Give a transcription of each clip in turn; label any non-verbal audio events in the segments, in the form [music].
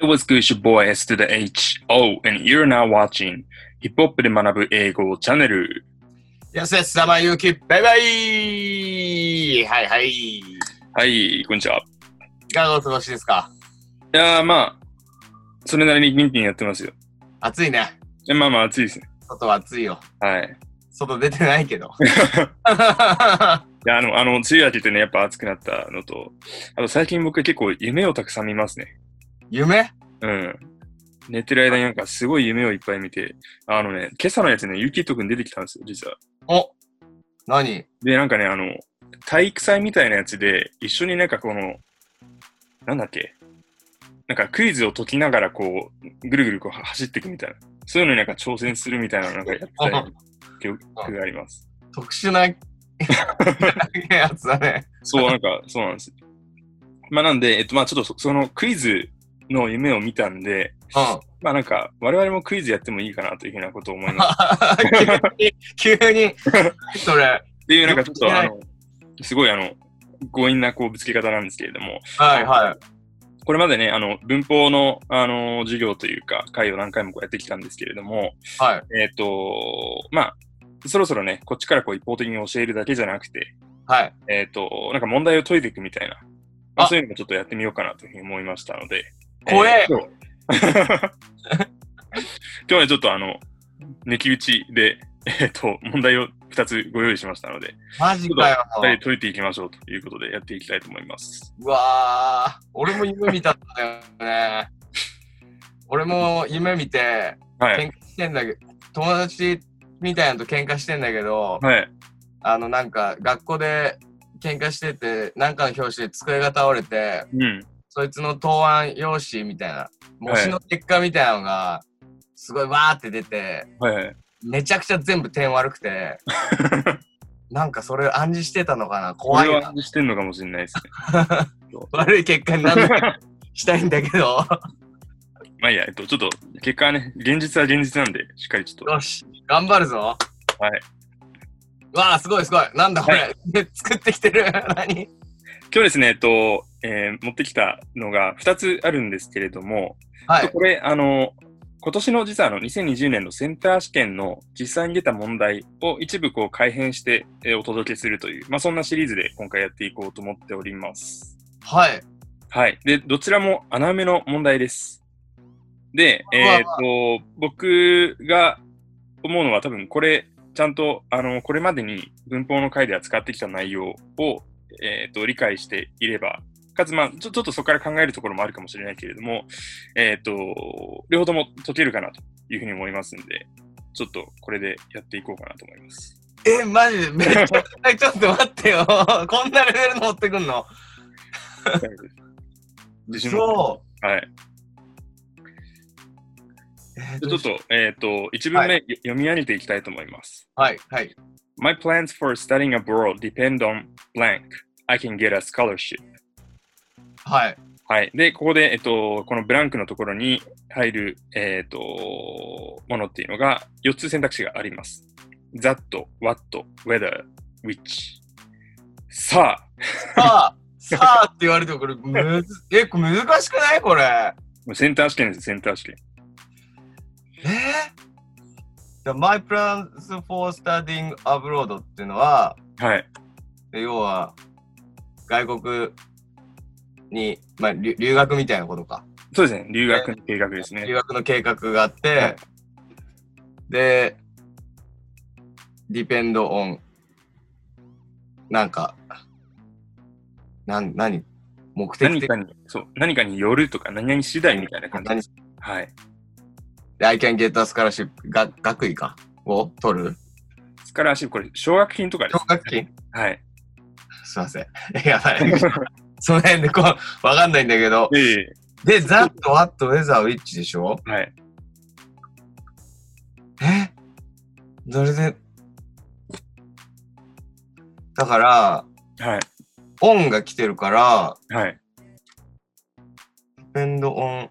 It was good, your boy S to the H-O, and you're now watching ヒップホップで学ぶ英語チャンネル。やせっさまゆうき、バイバイはいはい。はい、こんにちは。いかがお過ごしですかいやー、まあ、それなりに元気にやってますよ。暑いね。いやまあまあ、暑いですね。外は暑いよ。はい。外出てないけど。 [laughs] いや、あの、あの、梅雨明けてね、やっぱ暑くなったのと、あと最近僕結構夢をたくさん見ますね。夢うん。寝てる間になんかすごい夢をいっぱい見て、あのね、今朝のやつね、ゆきとくん出てきたんですよ、実は。お何で、なんかね、あの、体育祭みたいなやつで、一緒になんかこの、なんだっけ、なんかクイズを解きながらこう、ぐるぐるこうは走っていくみたいな。そういうのになんか挑戦するみたいなのなんかやってた記憶があります。特殊な [laughs] やつだね。そう、なんか、そうなんです。まあなんで、えっと、まあちょっとそそのクイズの夢を見たんで、うまあなんか、我々もクイズやってもいいかなというふうなことを思います。ん。 [laughs] 急に、急に、それ。っていう、なんかちょっと、あの、すごいあの、強引なこうぶつけ方なんですけれども、はいはい。これまでね、あの、文法の、あの、授業というか、会を何回もこうやってきたんですけれども、はい。えっ、と、まあ、そろそろね、こっちからこう一方的に教えるだけじゃなくて、はい。えっ、と、なんか問題を解いていくみたいな、まあ、あそういうのもちょっとやってみようかなというふうに思いましたので、怖えー今 [laughs] 日今日はね、ちょっとあの、抜き打ちで、えっ、と、問題を2つご用意しましたので、マジかよ。 2人解いていきましょうということでやっていきたいと思います。うわー、俺も夢見たんだよね。俺も夢見て、はい。してんだけど友達みたいなのと喧嘩してんだけど、はい。あのなんか学校で喧嘩しててなんかの表紙で机が倒れてうん。そいつの答案用紙みたいな模試の結果みたいなのがすごいわーって出てはいはい。めちゃくちゃ全部点悪くてなんかそれ暗示してたのかな怖いこれなはしてんのかもしれないですね。 [laughs] 悪い結果になんなしたいんだけ [laughs] どまあいいや、えっと、ちょっと、結果はね、現実は現実なんで、しっかりちょっと。よし頑張るぞはいわあすごいすごいなんだこれ、は [laughs] 作ってきてる [laughs] 何今日ですね、えっと、えー持ってきたのが2つあるんですけれども、ちはょいっとこれ、あの、今年の実はあの2020年のセンター試験の実際に出た問題を一部こう改変してえーお届けするという、まあ、そんなシリーズで今回やっていこうと思っております。はいはい。で、どちらも穴埋めの問題です。で、うわえっ、と、僕が思うのは多分これ、ちゃんと、あの、これまでに文法の回で扱ってきた内容を、えっ、と、理解していれば、かつ、まあ、ちょちょっとそこから考えるところもあるかもしれないけれども、えっ、と、両方とも解けるかなというふうに思いますんで、ちょっとこれでやっていこうかなと思います。 [laughs] え、マジでめっちゃ辛い。ちょっと待ってよ。こんなレベルの持ってくんの。自信もそはい。う。えちーどょうっしと、えっ、と、一文目、よ読み上げていきたいと思います。はい、はい。 My plans for studying abroad depend on blank. I can get a scholarship. はい。はい。で、ここで、えっと、このブランクのところに入る、えっと、ものっていうのが4つ選択肢があります。that, what, whether, which. さあ、さあ、さあって言われてもこれ、むず、え、これ難しくないこれ。もうセンター試験です、センター試験。えー、?My plans for studying abroad っていうのは、はい。え要は、外国に、まあ、留留学みたいなことか。そうですね。留学の計画です留ね。学の計画があって、はいで、depend on なんか、なん、何目的何的かに、そう、何かによるとか、何々次第みたいな感じです。はい。 I can get a scholarship が学位かを取るスカラーシップ、これ、奨学金とかで奨す。学金はい。すいません。やばい。 [laughs] その辺でこう、わかんないんだけど。ええで、that, what, whether, which でしょはい。えそれで、だから、はい。 on が来てるから、はい。ペンドオ [laughs] ン。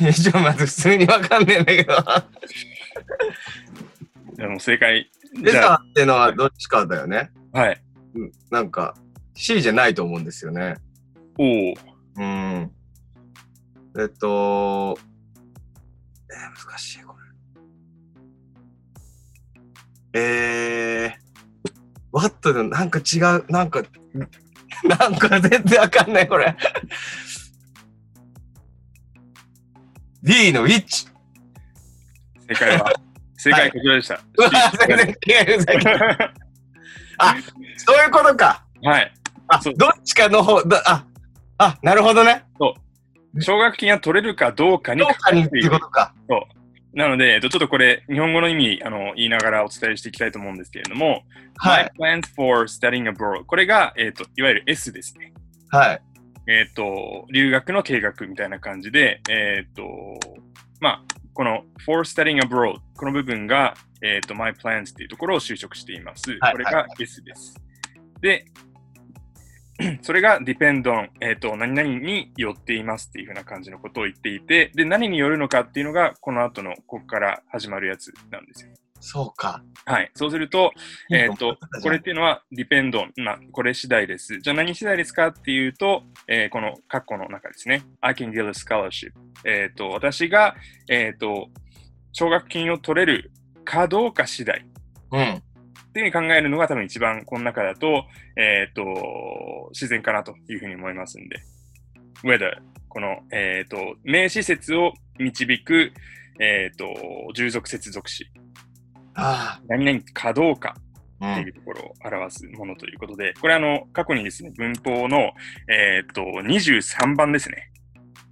以上、まず普通にわかんねえんだけど。じゃあもう正解。レじゃあターってのはどっちかだよね。はい。うん、なんか、C じゃないと思うんですよね。おお。うん。えっと、えー難しい、これ。えー、わかったよなんか違う、なんか、 [laughs] なんか全然わかんない、これ。D のウィッチ。正解は、正解はこちらでした。うわ、全然違う、さっきそういうことか。 [laughs] はい。あ、そうどっちかの方、だあ、あ、なるほどね。奨学金が取れるかどうかにどうかかかにっってていいるうこ。とか。なので、えっと、ちょっとこれ、日本語の意味あの言いながらお伝えしていきたいと思うんですけれども、はい。 My plans for studying abroad。これが、えっと、いわゆる S ですね。はい。えっ、と、留学の計画みたいな感じで、えっ、と、まあ、この for studying abroad、この部分が、えっ、と、my plans っていうところを就職しています。はいこれが S です。で、 [clears throat] それが depend on、えっ、と、何々によっていますっていうふうな感じのことを言っていて、で、何によるのかっていうのが、この後の、ここから始まるやつなんですよ。そうか。はい。そうすると、えっ、いいとと思った、じこゃんれっていうのは、ディペンドン、まあ、これ次第です。じゃあ何次第ですかっていうと、えーこの括弧の中ですね。I can get a scholarship。えっ、と、私が、えっ、と、奨学金を取れるかどうか次第うん。っていうふうに考えるのが多分一番この中だと、えっ、と、自然かなというふうに思いますんで。whether、この、えっ、と、名詞説を導く、えっ、と、従属接続詞。あ何々かどうかあ。うっていん。うところを表すものということで、これあの、過去にですね、文法の、えーっと、23番ですね。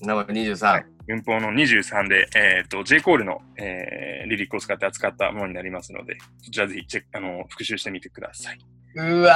ナンバー23。はい文法の23で、えーっと、J コールの、えーリリックを使って扱ったものになりますので、そちらぜひチェック、あの、復習してみてください。うわ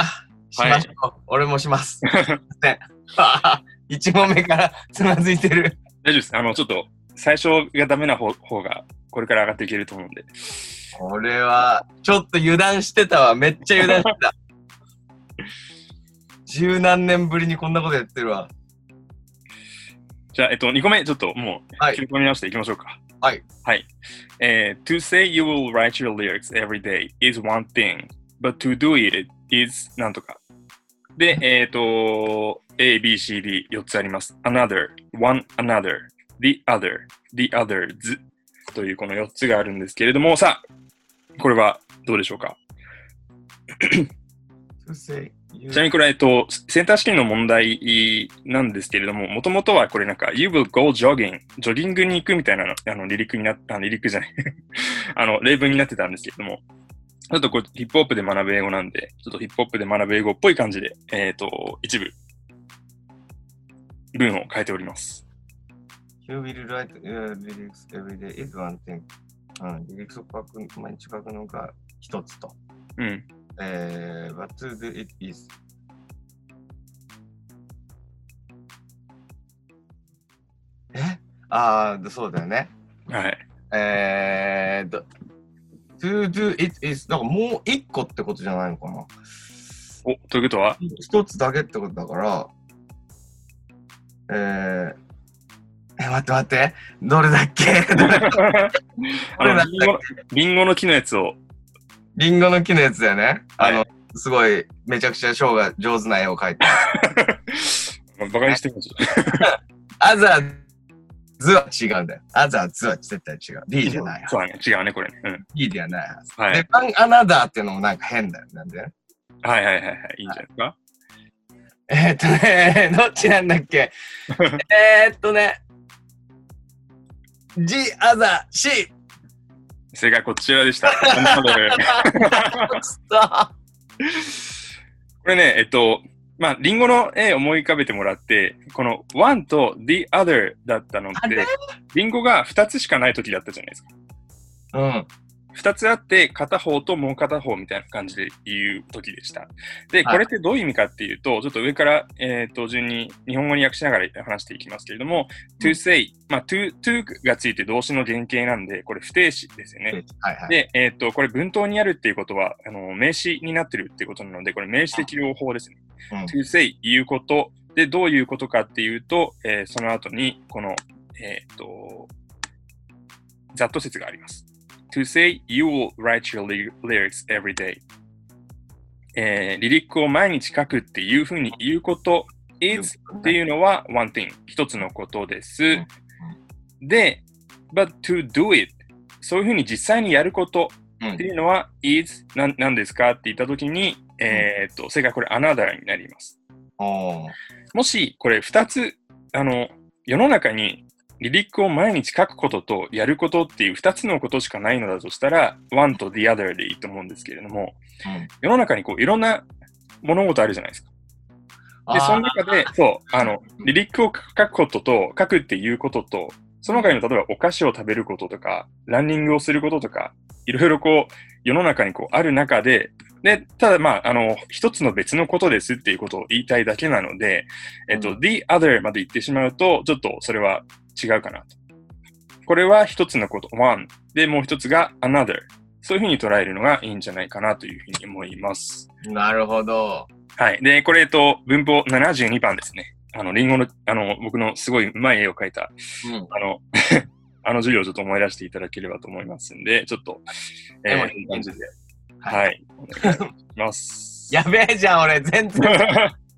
ー。しはいましょう。俺もします。ね。は1問目からつまずいてる。大丈夫です。あの、ちょっと、最初がダメな方方が、これから上がっていけると思うんで。これは、ちょっと油断してたわ。めっちゃ油断してた。十何年ぶりにこんなことやってるわ。じゃあ、えっと、2個目、ちょっともう、はい切り込み直していきましょうか。はい。はい。えー to say you will write your lyrics every day is one thing, but to do it is なんとか。で、えっ、と、A, B, C, D、4つあります。another, one another, the other, the others というこの4つがあるんですけれども、さあ、これはどうでしょうかちなみにこれ、えっと、センター試験の問題なんですけれども、もともとはこれなんか、You will go jogging、ジョギングに行くみたいなの、あの、離陸になった、離陸じゃない、 [laughs] あの、例文になってたんですけれども、ちょっとこれヒップホップで学ぶ英語なんで、ちょっとヒップホップで学ぶ英語っぽい感じで、えっ、と、一部、文を変えております。 You will write your lyrics every day is one thing. うん、リリックスを書く、毎日書くのが一つと。うん。えー、but to do it is. えああ、そうだよね。はい。えー、と to do it is だからもう一個ってことじゃないのかなお、ということ [laughs] は、一つだけってことだからえー、え待って待ってどれだっけあの、リンゴのリンゴの木のやつを、 [laughs] リンゴの木のやつだよね、はいあのすごいめちゃくちゃショーが上手な絵を描いてバカにしてほしい。アザーズは違うんだよアザーズは絶対違う D じゃないそうだね。違うね、これね。うん。 D ではないはず、はいでアンアナダーっていうのもなんか変だよなんでねはいはいはいはい。いいんじゃないですか。えーっとね、 [laughs] どっちなんだっけえーっとね、ジアザ [laughs] シ正解こちらでした。 [laughs] これね、えっと、まあ、リンゴの絵を思い浮かべてもらって、この one と the other だったのっあれて、リンゴが2つしかない時だったじゃないですか。うん。 2つあって、片方ともう片方みたいな感じで言う時でした。で、はいこれってどういう意味かっていうと、ちょっと上から、えっと順に日本語に訳しながら話していきますけれども、うん to say、まあ、to, to がついて動詞の原型なんで、これ不定詞ですよね。はいはい。で、えっ、と、これ文頭にあるっていうことは、あの、名詞になってるっていうことなので、これ名詞的用法ですね。うん to say 言うこと。で、どういうことかっていうと、えーその後に、この、えっ、と、ざっと説があります。to say you will write your ly- lyrics every day. えー、リリックを毎日書くっていうふうに言うこと is っていうのは one thing、一つのことです。で、but to do it、そういうふうに実際にやることうんっていうのは is なんなんですかって言ったときに、えーっと、正解はこれ another になります。おーもしこれ2つ、あの、世の中に離陸を毎日書くこととやることっていう2つのことしかないのだとしたら、one と the other でいいと思うんですけれども、うん世の中にこういろんな物事あるじゃないですか。あで、ーその中で、そう、あの、離陸を書くことと、書くっていうことと、その他にも例えばお菓子を食べることとか、ランニングをすることとか、いろいろこう、世の中にこうある中で、で、ただまあ、あの、一つの別のことですっていうことを言いたいだけなので、えっと、うん the other まで言ってしまうと、ちょっとそれは違うかなと。これは一つのこと、one。で、もう一つが another。そういうふうに捉えるのがいいんじゃないかなというふうに思います。なるほど。はい。で、これ、えっと、文法72番ですね。あの、リンゴの、あの、僕のすごいうまい絵を描いた、うんあの、 [laughs] あの授業をちょっと思い出していただければと思いますんで、ちょっと、えメモー、にいい感じで、はいはい。お願いします。やべえじゃん、俺、全然。 [laughs]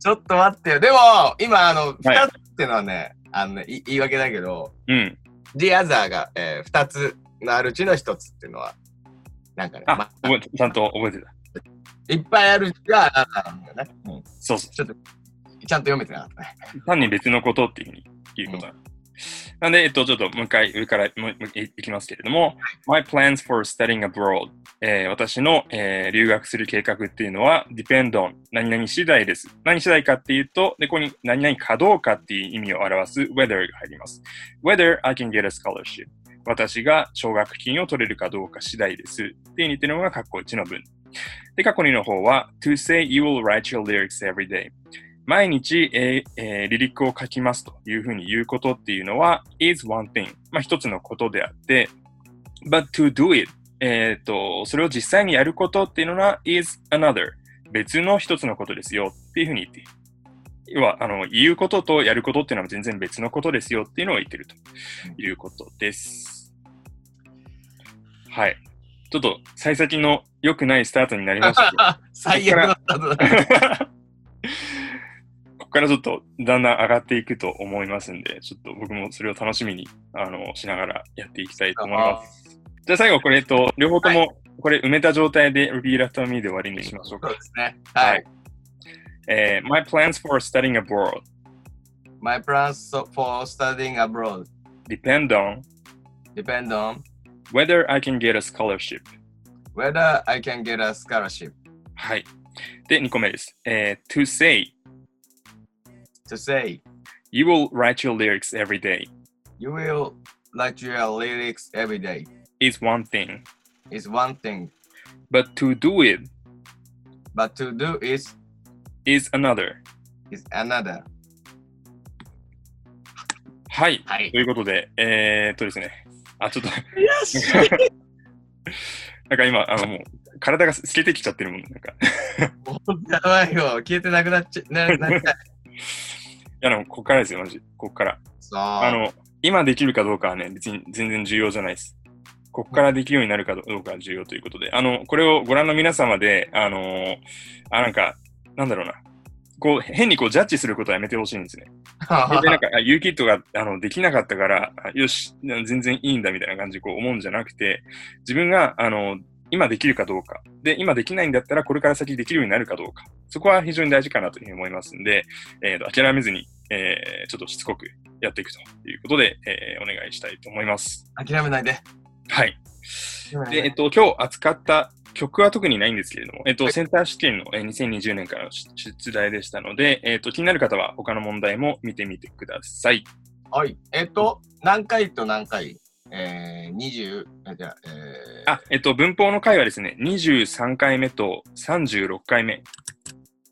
ちょっと待ってよ。でも、今、あの、2つってのはね、あのね、い言い訳だけど、うん。 The Other が、えー、2つのあるうちの1つっていうのは、なんかね、あま、覚えてちゃんと覚えてた。いっぱいあるうちが、あなんだよね、うんそうそう。ちゃんと読めてなか [laughs] ったね。単に別のことっていうふうに言うことなのなんで、えっと、ちょっともう一回上からもうもういいきますけれども、My plans for studying abroad、えー私の、えー留学する計画っていうのは、depend on 何々次第です。何次第かっていうと、で、ここに何々かどうかっていう意味を表す whether が入ります。whether I can get a scholarship 私が奨学金を取れるかどうか次第です。っていう似てるのが過去1の文。で、過去2の方は、to say you will write your lyrics every day 毎日、えーえー、リリックを書きますというふうに言うことっていうのは is one thing、まあ、一つのことであって、but to do it、えーと、それを実際にやることっていうのは is another、別の一つのことですよっていうふうに言っている。要は、あの、言うこととやることっていうのは全然別のことですよっていうのを言ってるということです。はい。ちょっと、幸先の良くないスタートになりましたけど。最悪だったとだ。ここからちょっとだんだん上がっていくと思いますんで、ちょっと僕もそれを楽しみにあのしながらやっていきたいと思います。じゃあ最後これ、えっと、両方ともこれ埋めた状態で Repeat After Me で終わりにしましょうそうか。ですね。はい。えー My plans for studying abroad My plans for studying abroad depend on depend on whether I can get a scholarship。 whether I can get a scholarship. はい。で、2個目です。えー to say To say, you will write your lyrics every day you will write your lyrics every day is one thing, is one thing, but to do it but to do it is another。 is another. はい。はいと。いうことで、えー、っとですね、あ、ちょっと、悔しい。なんか今、あの、もう、体が透けてきちゃってるもん、なんか。 [laughs] いやばいよ。消えてなくなっちゃ、な、なっちゃう。や、でも、こっからですよ、マジ。こっから。そう。あの、今できるかどうかはね、別に全然重要じゃないです。こっからできるようになるかどうかは重要ということで、あの、これをご覧の皆様で、あのーあ、なんか、なんだろうな。こう、変にこう、ジャッジすることはやめてほしいんですね。でなんか、あ U キットがあのできなかったから、あよし、な全然いいんだみたいな感じでこう思うんじゃなくて、自分があの今できるかどうか、で、今できないんだったら、これから先できるようになるかどうか、そこは非常に大事かなというふうに思いますんで、えーと諦めずに、えーちょっとしつこくやっていくということで、えーお願いしたいと思います。 [laughs] 諦めないで。はい。うんで、えっと、今日扱った曲は特にないんですけれども、えっと、センター試験のえー2020年からの出出題でしたので、えっと、気になる方は他の問題も見てみてください。はい。えっと、何回と何回えー、20、あじゃあ、えー、あ、えっと、文法の回はですね、23回目と36回目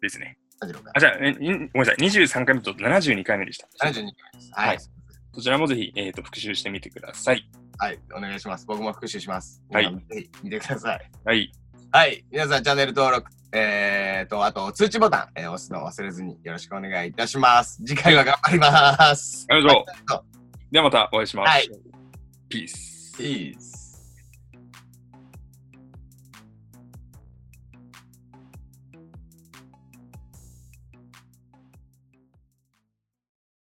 ですね。 36回あ、じゃあ、えにごめんなさい、23回目と72回目でした。 72回です。ははいい。そちらもぜひ、えっと復習してみてください。はい。お願いします。僕も復習します。はい皆さんぜひ見てください。はい。はい。皆さん、チャンネル登録、えーと、あと、通知ボタン、えー押すのを忘れずによろしくお願いいたします。次回は頑張ります。ありがとうありがとう。ではまたお会いします。はい。ピース。いいです。